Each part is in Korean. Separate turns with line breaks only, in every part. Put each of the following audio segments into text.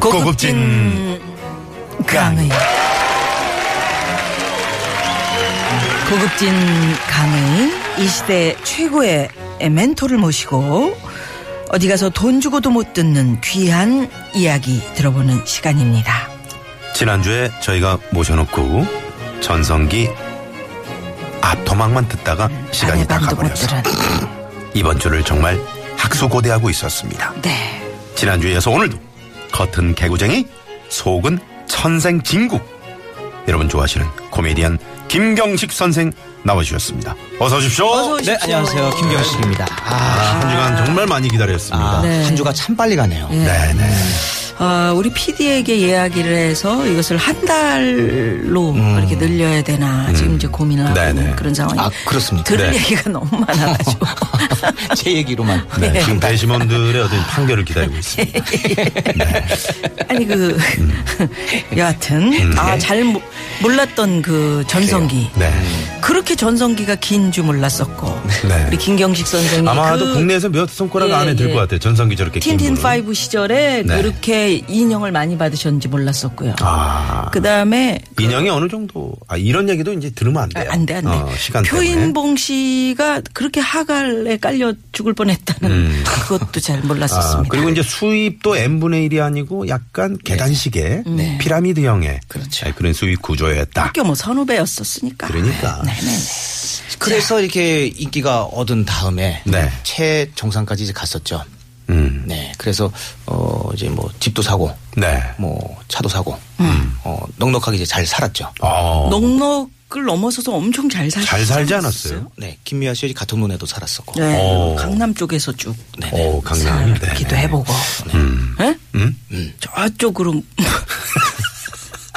고급진 강의. 고급진 강의. 이 시대 최고의 멘토를 모시고 어디 가서 돈 주고도 못 듣는 귀한 이야기 들어보는 시간입니다.
지난주에 저희가 모셔놓고 전성기 앞토막만 듣다가 시간이 다
아내방도 못
가버려서
들은.
이번 주를 정말 학수고대하고 있었습니다.
네.
지난주에 이어서 오늘도 겉은 개구쟁이 속은 천생진국 여러분 좋아하시는 코미디언 김경식 선생 나와주셨습니다. 어서 오십시오.
어서 오십시오.
네, 안녕하세요. 김경식입니다.
아,
아,
한 주간 정말 많이 기다렸습니다.
아,
네. 예.
한 주가 참 빨리 가네요.
네네.
아, 우리 PD에게 이야기를 해서 이것을 한 달로 이렇게 늘려야 되나 지금 이제 고민을 하고
네네.
있는 그런 상황이.
아, 그렇습니까?
들을
네.
얘기가 너무 많아가지고.
제 얘기로만.
네, 지금 배심원들의 어떤 판결을 기다리고 있습니다.
아니 그
음.
여하튼 아 잘 몰랐던 그 전성기
네.
음.
그렇게 전성기가 긴 줄 몰랐었고
네.
우리 김경식 선생님
아마도
그
국내에서 몇 손가락
예,
안에 들
예.
것 같아요. 전성기 저렇게 긴
틴틴
분은.
파이브 시절에
네.
그렇게 인형을 많이 받으셨는지 몰랐었고요.
아.
그 다음에
인형이 어느 정도 아 이런 얘기도 이제 들으면 안
아,
돼요.
안 돼, 안 돼.
어, 시간 때문에.
표인봉 뭐 씨가 그렇게 하갈에 깔려 죽을 뻔했다는
음.
그것도 잘
아,
몰랐었습니다. 네.
그리고 이제 수입도 n분의 1이 아니고 약간 계단식의 피라미드형의 그렇죠. 그런 수입 구조였다.
학교 뭐 선후배였었으니까. 네,
그러니까.
그래서 이렇게 인기가 얻은 다음에
네.
최정상까지 이제 갔었죠.
음.
네. 그래서 어 이제 뭐 집도 사고
네.
뭐 차도 사고
음.
어 넉넉하게 이제 잘 살았죠.
어,
넉넉을 넘어서서 엄청 잘 살았어요.
잘 살지 않았어요?
네. 김미아 씨 같은 논에도 살았었고.
네.
오.
강남 쪽에서 쭉
어, 강남. 네.
기도 해보고.
음.
예?
음?
저쪽으로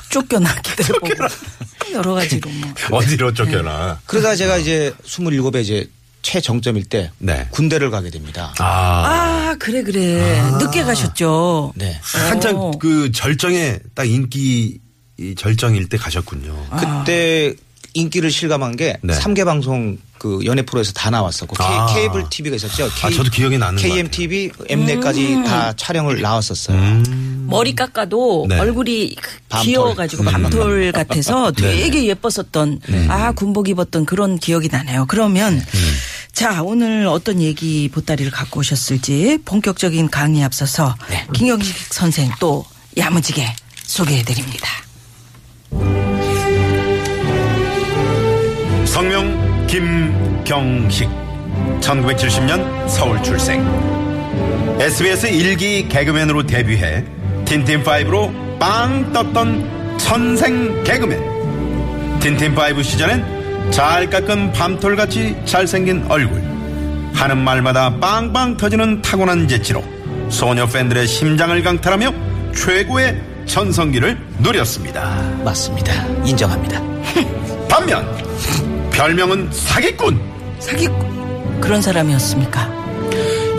쫓겨나기도 해보고. 여러 가지로 뭐.
어디로 쫓겨나.
네.
그러다 제가 이제 27에 이제 최정점일 때
네.
군대를 가게 됩니다.
아.
아, 그래, 그래. 늦게 가셨죠.
네.
한창
오.
그 절정에 딱 인기 이 절정일 때 가셨군요.
그때 인기를 실감한 게
네.
삼 3개 방송 그 연예 프로에서 다 나왔었고 케-
아.
케이블 TV가 있었죠.
아, 저도 기억이 나는 것
KMTV, M넷까지 다 촬영을 나왔었어요.
음.
머리 깎아도
네. 음.
얼굴이 그
밤톨.
귀여워가지고 밤톨 같아서
네.
되게 예뻤었던 아 군복 입었던 그런 기억이 나네요. 그러면
음.
자 오늘 어떤 얘기 보따리를 갖고 오셨을지 본격적인 강의 앞서서
네.
김경식 선생 또 야무지게 소개해드립니다.
성명 김경식 1970년 서울 출생 SBS 일기 개그맨으로 데뷔해 틴틴5로 빵 떴던 천생 개그맨 틴틴5 시절엔 잘 깎은 밤톨같이 잘생긴 얼굴 하는 말마다 빵빵 터지는 타고난 재치로 소녀 팬들의 심장을 강탈하며 최고의 전성기를 누렸습니다
맞습니다. 인정합니다.
반면 별명은 사기꾼
사기 그런 사람이었습니까?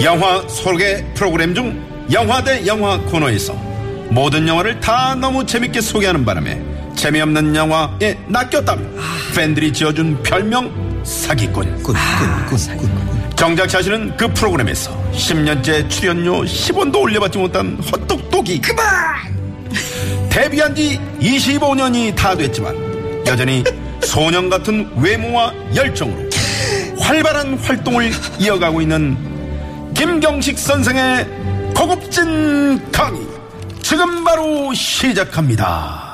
영화 소개 프로그램 중 영화 대 영화 코너에서 모든 영화를 다 너무 재밌게 소개하는 바람에 재미없는 영화에 낚였다며 팬들이 지어준 별명 사기꾼
꾼, 꾼, 꾼, 꾼.
정작 자신은 그 프로그램에서 10년째 출연료 10원도 올려받지 못한 헛똑똑이 그만 데뷔한 지 25년이 다 됐지만 여전히 소년 같은 외모와 열정으로 활발한 활동을 이어가고 있는 김경식 선생의 고급진 강의 지금 바로 시작합니다.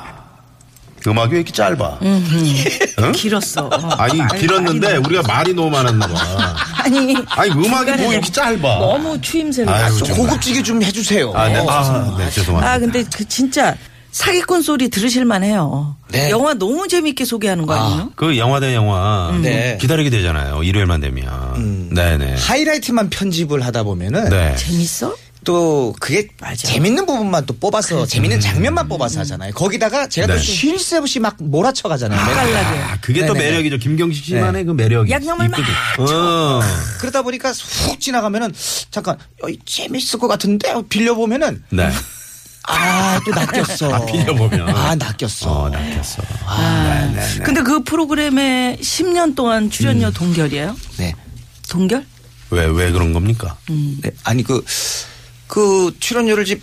음악이 왜 이렇게 짧아? 응?
길었어. 어.
아니 길었는데
아니,
우리가 말이 너무 많았나 봐.
아니
아니 음악이 뭐
중간에
이렇게 짧아?
너무 추임새를
아유,
아,
정말.
고급지게 좀 해주세요.
아, 네,
어,
아, 네, 죄송합니다.
아 근데 그 진짜 사기꾼 소리 들으실만 해요.
네.
영화 너무 재밌게 소개하는 거 아니에요?
그 영화 대 영화
네.
기다리게 되잖아요. 일요일만 되면. 네네.
하이라이트만 편집을 하다 보면은
네.
재밌어?
또 그게 재밌는 부분만 또 뽑아서 재밌는 장면만 뽑아서 하잖아요. 거기다가
음.
제가
네.
또 쉴 새 없이 막 몰아쳐 가잖아요.
아, 그게 또
네네네.
매력이죠. 김경식 씨만의 그 매력이.
양념을 막
이쁘게. 어.
그러다 보니까 훅 지나가면은 잠깐 어, 이거 재밌을 것 같은데 하고 빌려보면은
네.
아또 낚였어.
아, 빌려보면.
아 낚였어.
어, 낚였어. 네네네. 음.
근데 그 프로그램에 10년 동안 출연료 동결이에요?
네.
동결?
왜, 왜 그런 겁니까?
네. 아니 그 그 출연료를 집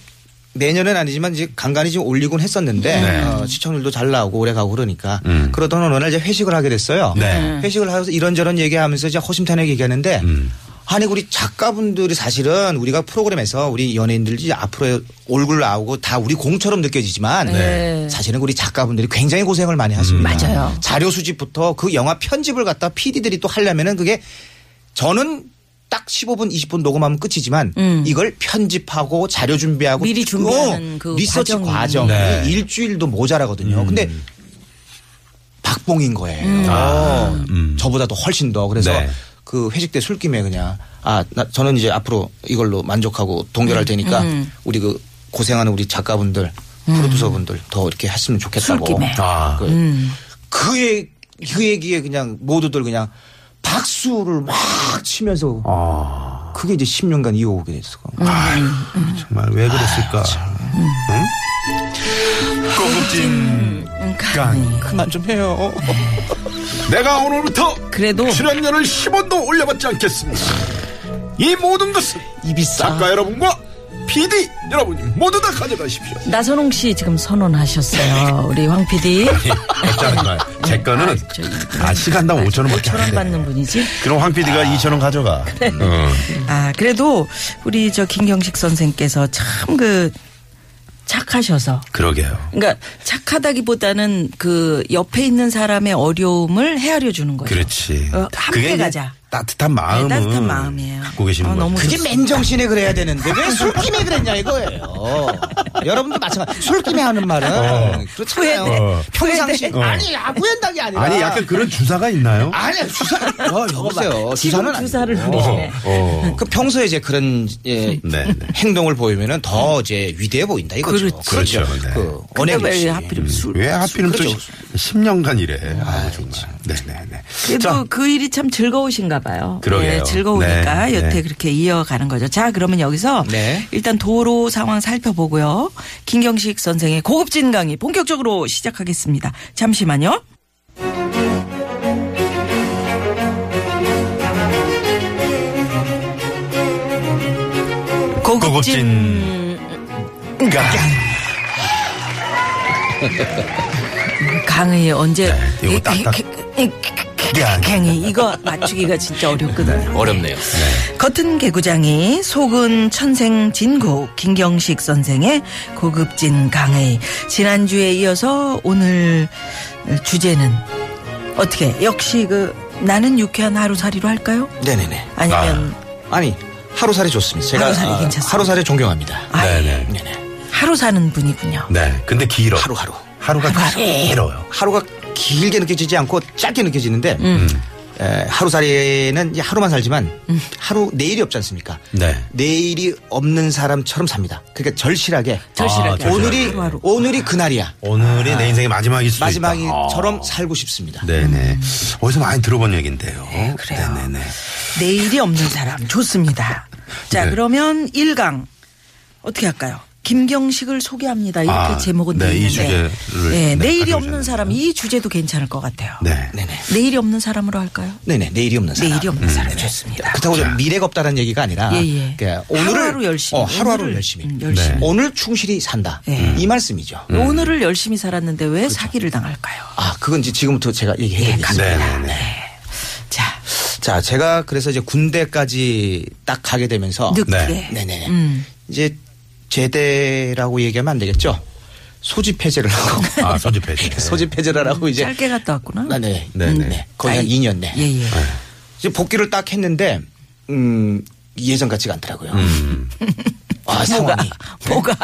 내년은 아니지만 이제 간간히 좀 올리곤 했었는데
네.
어, 시청률도 잘 나오고 오래 가고 그러니까
음.
그러던 어느 날 이제 회식을 하게 됐어요.
네.
회식을 하면서 이런저런 얘기하면서 이제 허심탄회 얘기하는데
음.
아니 우리 작가분들이 사실은 우리가 프로그램에서 우리 연예인들이 앞으로 얼굴 나오고 다 우리 공처럼 느껴지지만
네.
사실은 우리 작가분들이 굉장히 고생을 많이 하십니다.
맞아요.
자료 수집부터 그 영화 편집을 갖다 PD들이 또 하려면은 그게 저는 딱 15분, 20분 녹음하면 끝이지만
음.
이걸 편집하고 자료 준비하고
미리 준비하는 그
리서치
과정이.
과정이
네. 음.
일주일도 모자라거든요. 근데 박봉인 거예요. 어,
음.
저보다도 훨씬 더. 그래서
네.
그 회식 때 술김에 그냥 아, 나, 저는 이제 앞으로 이걸로 만족하고 동결할
음.
테니까 우리 그 고생하는 우리 작가분들 프로듀서분들 더 이렇게 했으면 좋겠다고.
음. 술김에.
아.
그,
음.
그, 얘, 그 얘기에 그냥 모두들 그냥 박수를 막 치면서
아.
그게 이제 10년간 이어오게 됐어.
음.
아,
정말 왜 그랬을까? 응? 고급진 깡.
그만 좀 해요.
내가 오늘부터
그래도
출연료를 10원도 올려받지 않겠습니다. 이 모든 것은
입이 싸.
아.
작가 여러분과 PD 여러분 모두 다 가져가십시오.
나선홍 씨 지금
네.
선언하셨어요. 우리 황 PD.
예, 어쩌는 거야? 제 거는
아, 저-
아, 시간당 5천 원밖에
초랑 받는 뭐 분이지.
그럼 황 PD가 2천 원 가져가. 어, 응.
아, 그래도 우리 저 김경식 선생께서 참 그 착하셔서
그러게요.
그러니까 착하다기보다는 그 옆에 있는 사람의 어려움을 헤아려 주는 거예요.
그렇지.
어, 함께
이제
가자.
따뜻한 마음을
네, 따뜻한 마음이에요.
갖고 계시는
아,
거죠.
너무
그게 맨정신에 그래야 되는데 왜 술김에 그랬냐 이거예요. 여러분도 마찬가지. 술김에 하는 말은 그렇잖아요.
어.
평상시
어.
아니 아구현당이 아니라
아니 약간 그런 주사가 있나요?
아니 주사. 어, 여보세요.
지금
주사는 아니-
주사를 부리시네.
어.
그 평소에 이제 그런 예,
네, 네.
행동을 보이면은
네.
더 이제 위대해 보인다 이거죠.
그렇죠. 그렇죠.
그
근데
언행
왜
역시.
하필이면 술.
음. 왜 하필이면 또
그렇죠.
10년간 이래. 아, 정말. 네네네.
그래도
자,
그 일이 참 즐거우신가 봐요.
그러게요.
예, 즐거우니까
네,
여태
네.
그렇게 이어가는 거죠. 자, 그러면 여기서
네.
일단 도로 상황 살펴보고요. 김경식 선생의 고급진 강의 본격적으로 시작하겠습니다. 잠시만요. 고급진
고급진. 가.
강의 언제
네, 이거 딱딱. 야.
갱이 이거 맞추기가 진짜 어렵거든요.
어렵네요.
겉은 개구장이 속은 천생 진국 김경식 선생의 고급진 강의 지난주에 이어서 오늘 주제는 어떻게 역시 그 나는 유쾌한 하루살이로 할까요?
네네네.
아니면
아니 하루살이 좋습니다. 제가
하루살이
아,
괜찮습니다.
하루살이 존경합니다.
아, 예.
네네.
네네.
하루 사는 분이군요.
네. 근데 길어.
하루하루.
하루가 길어요.
하루가 길게 느껴지지 않고 짧게 느껴지는데
음.
음. 에, 하루살이는 이제 하루만 살지만
음.
하루 내일이 없지 않습니까?
네.
내일이 없는 사람처럼 삽니다. 그러니까 절실하게.
절실하게.
아, 절실하게.
오늘이
하루하루. 그러니까.
오늘이 그날이야.
오늘이 내 인생의 마지막일 수도 있다.
마지막이처럼
아.
살고 싶습니다.
네네. 어디서 많이 들어본 얘긴데요. 네,
그래요.
네네네.
내일이 없는 사람 좋습니다. 자
네.
그러면 1강 어떻게 할까요? 김경식을 소개합니다. 이렇게
아,
제목은
네,
되어
이
있는데.
주제를,
네, 내일이
네, 가져오셨네요.
없는 사람 이 주제도 괜찮을 것 같아요.
네.
네네.
내일이 없는 사람으로 할까요?
네네. 내일이 없는 사람.
내일이
음.
없는 사람
네네.
좋습니다.
그렇다고
자.
좀 미래가 없다는 얘기가 아니라
예, 예.
그러니까 오늘을
하루하루 열심히.
어, 하루하루
오늘을,
열심히.
음, 열심히.
네.
오늘 충실히 산다.
예.
이 말씀이죠.
음.
오늘을 열심히 살았는데 왜
그렇죠.
사기를 당할까요?
아, 그건 이제 지금부터 제가 얘기해
예,
드리겠습니다.
갑니다.
네, 네, 네.
네. 자,
자, 제가 그래서 이제 군대까지 딱 가게
어.
되면서
늑대.
네네.
음.
이제 제대라고 얘기하면 안 되겠죠? 소집 해제를 하고
아, 소집해지.
소집 해제를 하고 이제
짧게 갔다 왔구나.
아, 네.
네네.
음, 네. 거의 한
아이,
2년 내.
예, 예.
네.
이제 복귀를 딱 했는데
음.
음, 예전 같지가 않더라고요. 아, 상황이.
뭐가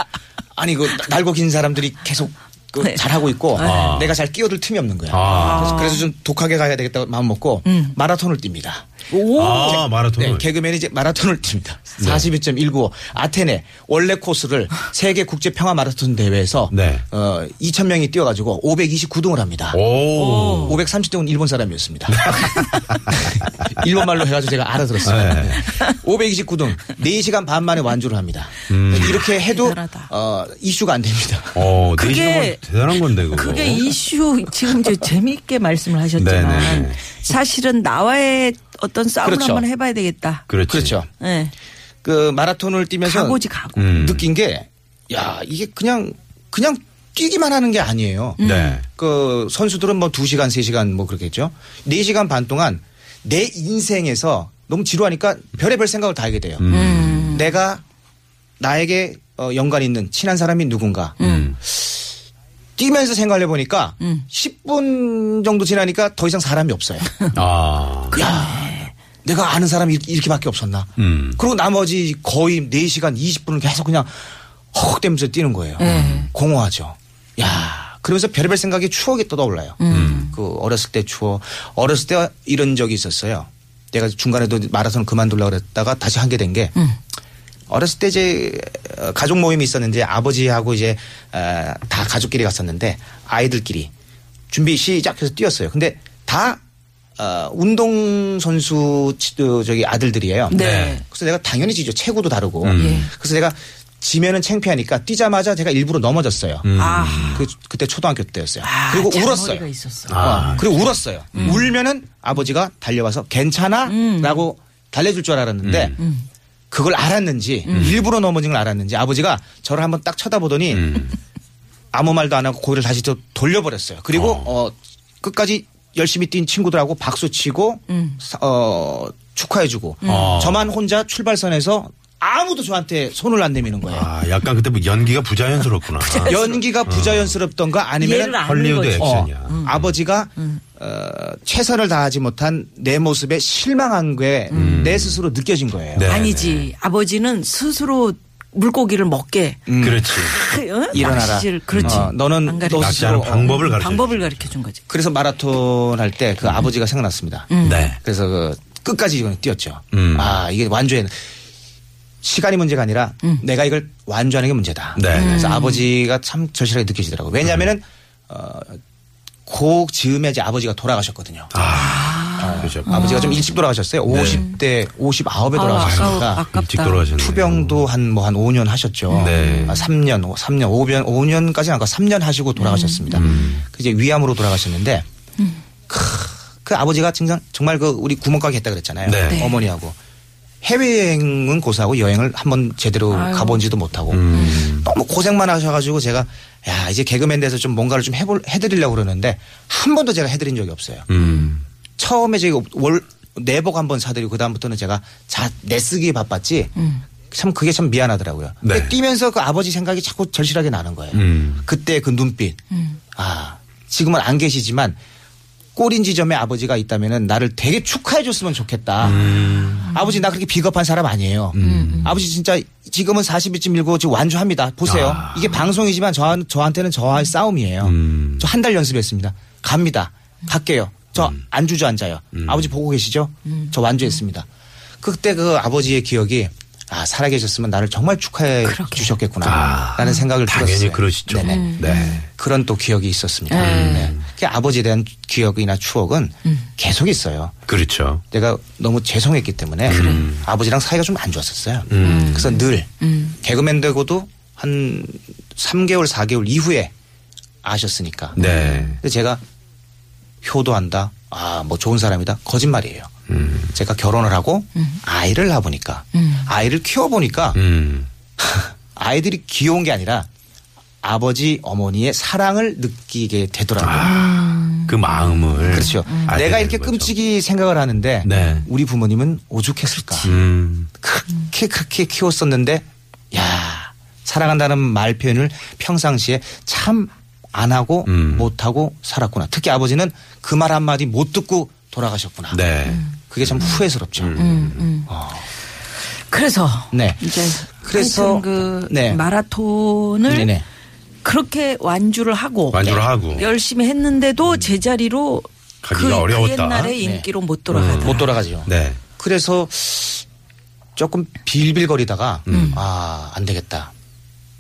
아니 그 나- 날고 긴 사람들이 계속 그
네.
잘하고 있고
아.
내가 잘 끼어들 틈이 없는 거야.
아.
그래서, 그래서 좀 독하게 가야 되겠다고 마음 먹고 마라톤을 뜁니다.
아, 마라톤을. 네.
네, 개그맨이 이제 마라톤을 뜁니다. 42.195 아테네 원래 코스를 세계 국제 평화 마라톤 대회에서
네.
어, 2,000명이 뛰어가지고 529등을 합니다.
오.
530등은 일본 사람이었습니다. 일본 말로 해가지고 제가 알아들었어요.
네.
529등 4시간 반 만에 완주를 합니다.
음.
이렇게 해도
대단하다.
어, 이슈가 안 됩니다.
어,
그게-
그게 대단한 건데 그거.
그게 이슈 지금 저 재미있게 말씀을 하셨지만
뭐. 네네.
사실은 나와의 어떤 싸움을
그렇죠.
한번 해봐야 되겠다.
그렇지.
그렇죠.
예.
그 마라톤을 뛰면서
각오지 각오.
음.
느낀 게 야 이게 그냥 그냥 뛰기만 하는 게 아니에요.
네.
그 선수들은 뭐 2시간, 3시간 뭐 그렇겠죠. 4시간 반 동안 내 인생에서 너무 지루하니까 별의별 생각을 다 하게 돼요. 내가 나에게 어, 연관 있는 친한 사람이 누군가. 뛰면서 생각을 해보니까 10분 정도 지나니까 더 이상 사람이 없어요.
아.
야, 내가 아는 사람이 이렇게- 이렇게밖에 없었나.
음.
그리고 나머지 거의 4시간 20분을 계속 그냥 허걱대면서 뛰는 거예요. 공허하죠. 야, 그러면서 별의별 생각이 추억이 또 떠올라요. 그 어렸을 때 추억. 어렸을 때 이런 적이 있었어요. 내가 중간에도 마라톤 그만둘라 그랬다가 다시 한 게 된 게. 어렸을 때 이제 어, 가족 모임이 있었는데 아버지하고 이제 어, 다 가족끼리 갔었는데 아이들끼리 준비 시작해서 뛰었어요. 근데 다 어, 운동 선수 저기 아들들이에요.
네.
그래서 내가 당연히 지죠. 체구도 다르고.
음. 예.
그래서 내가 지면은 창피하니까 뛰자마자 제가 일부러 넘어졌어요.
아.
그 그때 초등학교 때였어요.
아,
그리고 울었어요.
잔머리가 있었어.
음. 아. 음.
어, 그리고 울었어요. 울면은 아버지가 달려와서 괜찮아라고 달래줄 줄
음.
알았는데 음. 그걸 알았는지 일부러 넘어진 걸 알았는지 아버지가 저를 한번 딱 쳐다보더니
음.
아무 말도 안 하고 고개를 다시 또 돌려버렸어요. 그리고 어. 끝까지 열심히 뛴 친구들하고 박수 치고 사- 어, 축하해주고
음. 어.
저만 혼자 출발선에서 아무도 저한테 손을 안 내미는 거예요.
아, 약간 그때 뭐 연기가 부자연스럽구나.
연기가 부자연스럽던가 아니면
얘를 안
헐리우드
거지.
액션이야.
어.
음.
아버지가 어, 최선을 다하지 못한 내 모습에 실망한 게 내
음.
스스로 느껴진 거예요.
네.
아니지. 아버지는 스스로 물고기를 먹게.
그렇지.
어?
음. 일어나라.
낚시질. 그렇지.
어, 너는
안 가르쳐.
너
낚시 하는
스스로 어.
방법을 가르쳐.
방법을 가르쳐 준 거지.
그래서 마라톤 할 때
음.
그 아버지가 생각났습니다.
음.
네.
그래서 그 끝까지 이건 뛰었죠.
음.
아 이게 완주에 시간이 문제가 아니라
음.
내가 이걸 완주하는 게 문제다.
네. 음.
그래서 아버지가 참 절실하게 느껴지더라고. 요 왜냐하면은 어, 그 즈음에 이제 아버지가 돌아가셨거든요.
아. 그렇죠.
아. 버지가좀 일찍 돌아가셨어요. 50대 59에
네. 아우, 아까워.
돌아가셨으니까
아깝다.
일찍 돌아가셨네.
투병도 한 뭐 한 5년 하셨죠.
네.
아, 3년, 3년, 5년, 5년까지는 아까 3년 하시고 돌아가셨습니다.
음.
그 이제 위암으로 돌아가셨는데 크, 그 아버지가 정말, 정말 그 우리 구멍가게 했다 그랬잖아요.
네. 네.
어머니하고 해외여행은 고사하고 여행을 한번 제대로 가본지도 못하고
음.
너무 고생만 하셔가지고 제가 야 이제 개그맨 돼서 좀 뭔가를 좀 해볼 해드리려고 그러는데 한 번도 제가 해드린 적이 없어요.
음.
처음에 제가 월 내복 한 번 사드리고 그다음부터는 제가 자 내쓰기 바빴지 참 그게 참 미안하더라고요. 근데
네.
뛰면서 그 아버지 생각이 자꾸 절실하게 나는 거예요.
음.
그때 그 눈빛. 아 지금은 안 계시지만 꼬린 지점에 아버지가 있다면은 나를 되게 축하해 줬으면 좋겠다.
음.
아버지 나 그렇게 비겁한 사람 아니에요. 아버지 진짜 지금은 42.19 지금 완주합니다. 보세요. 이게 방송이지만 저, 저한테는 저와의 싸움이에요.
음.
저 한 달 연습했습니다. 갑니다. 갈게요. 저
음.
안 주저앉아요. 아버지 보고 계시죠? 저 완주했습니다. 그때 그 아버지의 기억이 아 살아계셨으면 나를 정말 축하해 주셨겠구나.
아,
라는 생각을
당연히
들었어요.
그러시죠.
네네.
네.
그런 또 기억이 있었습니다. 네. 그 아버지에 대한 기억이나 추억은
음.
계속 있어요.
그렇죠.
내가 너무 죄송했기 때문에
음.
아버지랑 사이가 좀 안 좋았었어요. 그래서 늘
음.
개그맨 되고도 한 3개월, 4개월 이후에 아셨으니까.
네.
근데 제가 효도한다. 아, 뭐 좋은 사람이다. 거짓말이에요.
음.
제가 결혼을 하고 아이를 낳아보니까 아이를 키워보니까
음.
아이들이 귀여운 게 아니라 아버지, 어머니의 사랑을 느끼게 되더라고요.
그 마음을.
그렇죠.
알게
내가
되는
이렇게
거죠.
끔찍이 생각을 하는데
네.
우리 부모님은 오죽했을까.
음.
그렇게 그렇게 키웠었는데 야 사랑한다는 말 표현을 평상시에 참 안 하고
음.
못 하고 살았구나. 특히 아버지는 그 말 한마디 못 듣고 돌아가셨구나.
네. 음.
그게 참 후회스럽죠.
그래서
네.
이제
그래서
하여튼 그
네.
마라톤을
네네.
그렇게 완주를 하고
완주를
네.
하고. 음.
열심히 했는데도 제자리로
가기가
그
어려웠다.
옛날에 인기로 못 돌아가다.
못 돌아가죠.
네.
그래서 조금 빌빌거리다가
음.
아, 안 되겠다.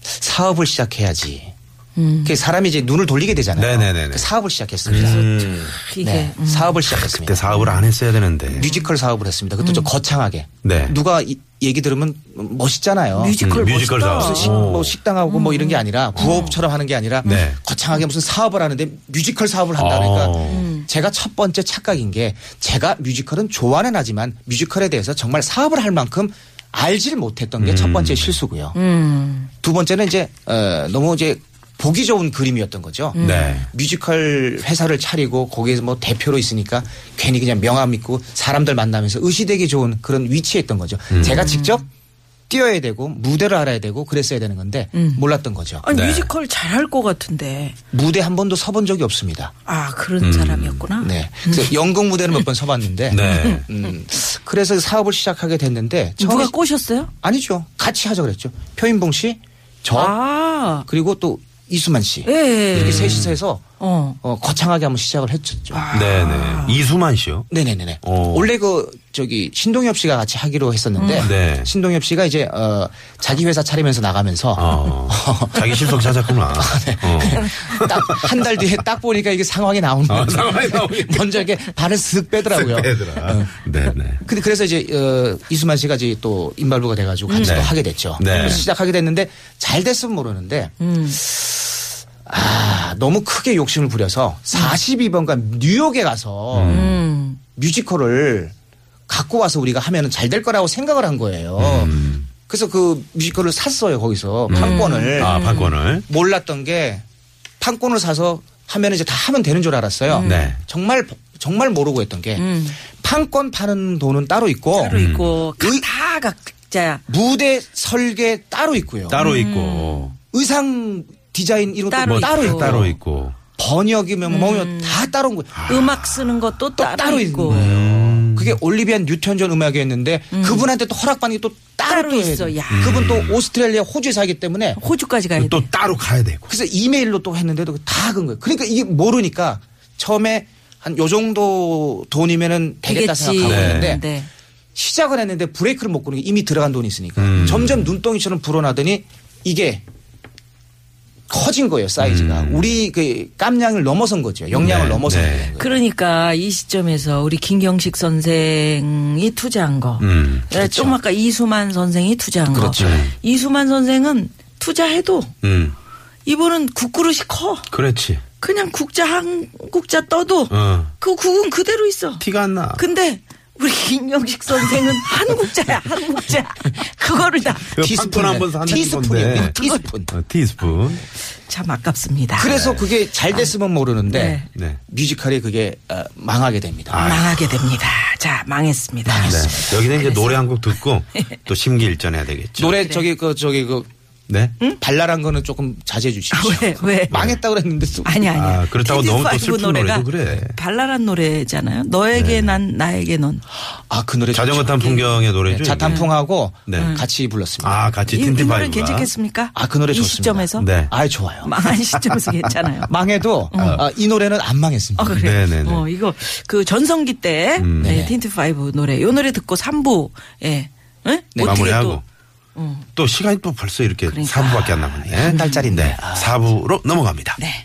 사업을 시작해야지.
음.
그 사람이 이제 눈을 돌리게 되잖아요.
네네네네. 음.
그 사업을 시작했습니다.
이게 음.
네. 사업을 시작했습니다.
그때 사업을 안 했어야 되는데. 음.
뮤지컬 사업을 했습니다. 그것도
음.
좀 거창하게.
네.
누가 이- 얘기 들으면 멋있잖아요.
뮤지컬
음, 뮤지컬
멋있다.
사업.
식- 뭐 식당하고 뭐 이런 게 아니라 부업처럼 하는 게 아니라
네.
거창하게 무슨 사업을 하는데 뮤지컬 사업을 한다 그러니까
어.
제가 첫 번째 착각인 게 제가 뮤지컬은 좋아는 하지만 뮤지컬에 대해서 정말 사업을 할 만큼 알지를 못했던 게 첫 번째 실수고요. 두 번째는 이제 어, 너무 이제 보기 좋은 그림이었던 거죠.
네.
뮤지컬 회사를 차리고 거기에서 뭐 대표로 있으니까 괜히 그냥 명함 있고 사람들 만나면서 의시되기 좋은 그런 위치에 있던 거죠. 제가 직접 뛰어야 되고 무대를 알아야 되고 그랬어야 되는 건데
음.
몰랐던 거죠.
아니
네.
뮤지컬 잘 할 것 같은데
무대 한 번도 서본 적이 없습니다.
아 그런
음.
사람이었구나.
네.
음.
그래서 연극 무대는 몇 번 서봤는데
네.
음, 그래서 사업을 시작하게 됐는데
누가
처음에-
꼬셨어요?
아니죠. 같이 하자 그랬죠. 표인봉 씨,
어?
저
아,
그리고 또 이수만 씨
예, 예.
음.
이렇게 셋이서 해서
어.
어, 거창하게 한번 시작을 했었죠.
아.
네네. 이수만 씨요?
네네네네.
어.
원래 그 저기 신동엽 씨가 같이 하기로 했었는데
음.
네.
신동엽 씨가 이제 어, 자기 회사 차리면서 나가면서
어. 자기 실속 찾았구나.
아, 네.
어.
딱 한 달 뒤에 딱 보니까 이게 상황이 나오는
아,
거예요.
상황이 나오니까.
먼저 이렇게 발을 쓱 빼더라고요. 음.
얘들아. 네네.
근데 그래서 이제 어, 이수만 씨가 이제 또 인발부가 돼가지고 같이
네.
또 하게 됐죠.
네.
그래서 시작하게 됐는데 잘 됐으면 모르는데 아 너무 크게 욕심을 부려서 42번간 뉴욕에 가서 뮤지컬을 갖고 와서 우리가 하면은 잘 될 거라고 생각을 한 거예요. 그래서 그 뮤지컬을 샀어요 거기서 판권을
아, 판권을.
몰랐던 게 판권을 사서 하면 이제 다 하면 되는 줄 알았어요.
네.
정말 정말 모르고 했던 게
음.
판권 파는 돈은 따로
어.
있고
따로 있고 가-
의-
음.
다 각자
무대 설계 따로 있고요.
따로 있고.
의상 디자인 이런 것도
따로
뭐 따로
있고. 음. 아.
있고
따로 있고.
번역이면 뭐면 다 따로인 거예요.
아.
음악 쓰는 것도 따로,
따로 있는
있고
거예요. 그게 올리비안 뉴턴 존 음악이었는데 그분한테 또 허락받는 게 또 따로,
따로
또 해야
있어.
돼요.
야.
그분 또 오스트레일리아 호주에 살기 때문에
호주까지 가야 돼.
음. 또 따로 가야 되고.
그래서 이메일로 또 했는데도 다 한 거예요. 그러니까 이게 모르니까 처음에 한 요 정도 돈이면은 되겠다
되겠지.
생각하고
네.
했는데
네.
시작을 했는데 브레이크를 못 거는 게 이미 들어간 돈이 있으니까
음.
점점 눈덩이처럼 불어나더니 이게 커진 거예요 사이즈가 우리 그 깜냥을 넘어선 거죠 역량을
음. 네,
넘어선
네.
거예요.
그러니까 이 시점에서 우리 김경식 선생이 투자한 거.
음.
네, 좀 아까 이수만 선생이 투자한
그렇죠.
거. 이수만 선생은 투자해도
음.
이분은 국그릇이 커.
그렇지.
그냥 국자 한 국자 떠도
어.
그 국은 그대로 있어.
티가 안 나.
근데 우리 김경식 선생은 한 국자야, 한 국자. 그거를 다
이거 판권 한번 산다는
티스푼이에요. 네.
건데.
티스푼.
어, 티스푼.
참 아깝습니다.
그래서 그게 잘 됐으면 모르는데
네. 아,
뮤지컬이 그게 어, 망하게 됩니다.
망하게 됩니다. 자, 망했습니다.
네. 여기는 이제 노래 한 곡 듣고 또 심기일전해야 되겠죠.
노래 저기 그 저기 그
네.
발랄한 거는 조금 자제해 주십시오.
아, 왜? 왜?
망했다 그랬는데 또
아니 아니야.
아, 그렇다고 너무 또
테디 파이브
슬픈 노래도 그래. 네.
발랄한 노래잖아요. 너에게 난 나에게 넌.
아, 그 노래
자전거
좋죠.
탄 풍경의 노래죠.
네, 자탄풍하고
네.
같이 불렀습니다.
아, 같이
이, 이 노래
틴틴파이브가.
괜찮겠습니까?
아, 그 노래
이
좋습니다.
시점에서
네.
아, 좋아요.
망한 시점에서 괜찮아요.
망해도 아, 이 노래는 안 망했습니다.
어 그래.
네네네. 음.
어 이거 그 전성기 때 네, 틴트 파이브 노래 요 노래 듣고 3부 예. 응?
네.
어떻게
마무리하고.
또
또 시간이 또 벌써 이렇게
그러니까.
사부밖에안 남았네.
한 달짜리인데.
네. 4부로 넘어갑니다.
네.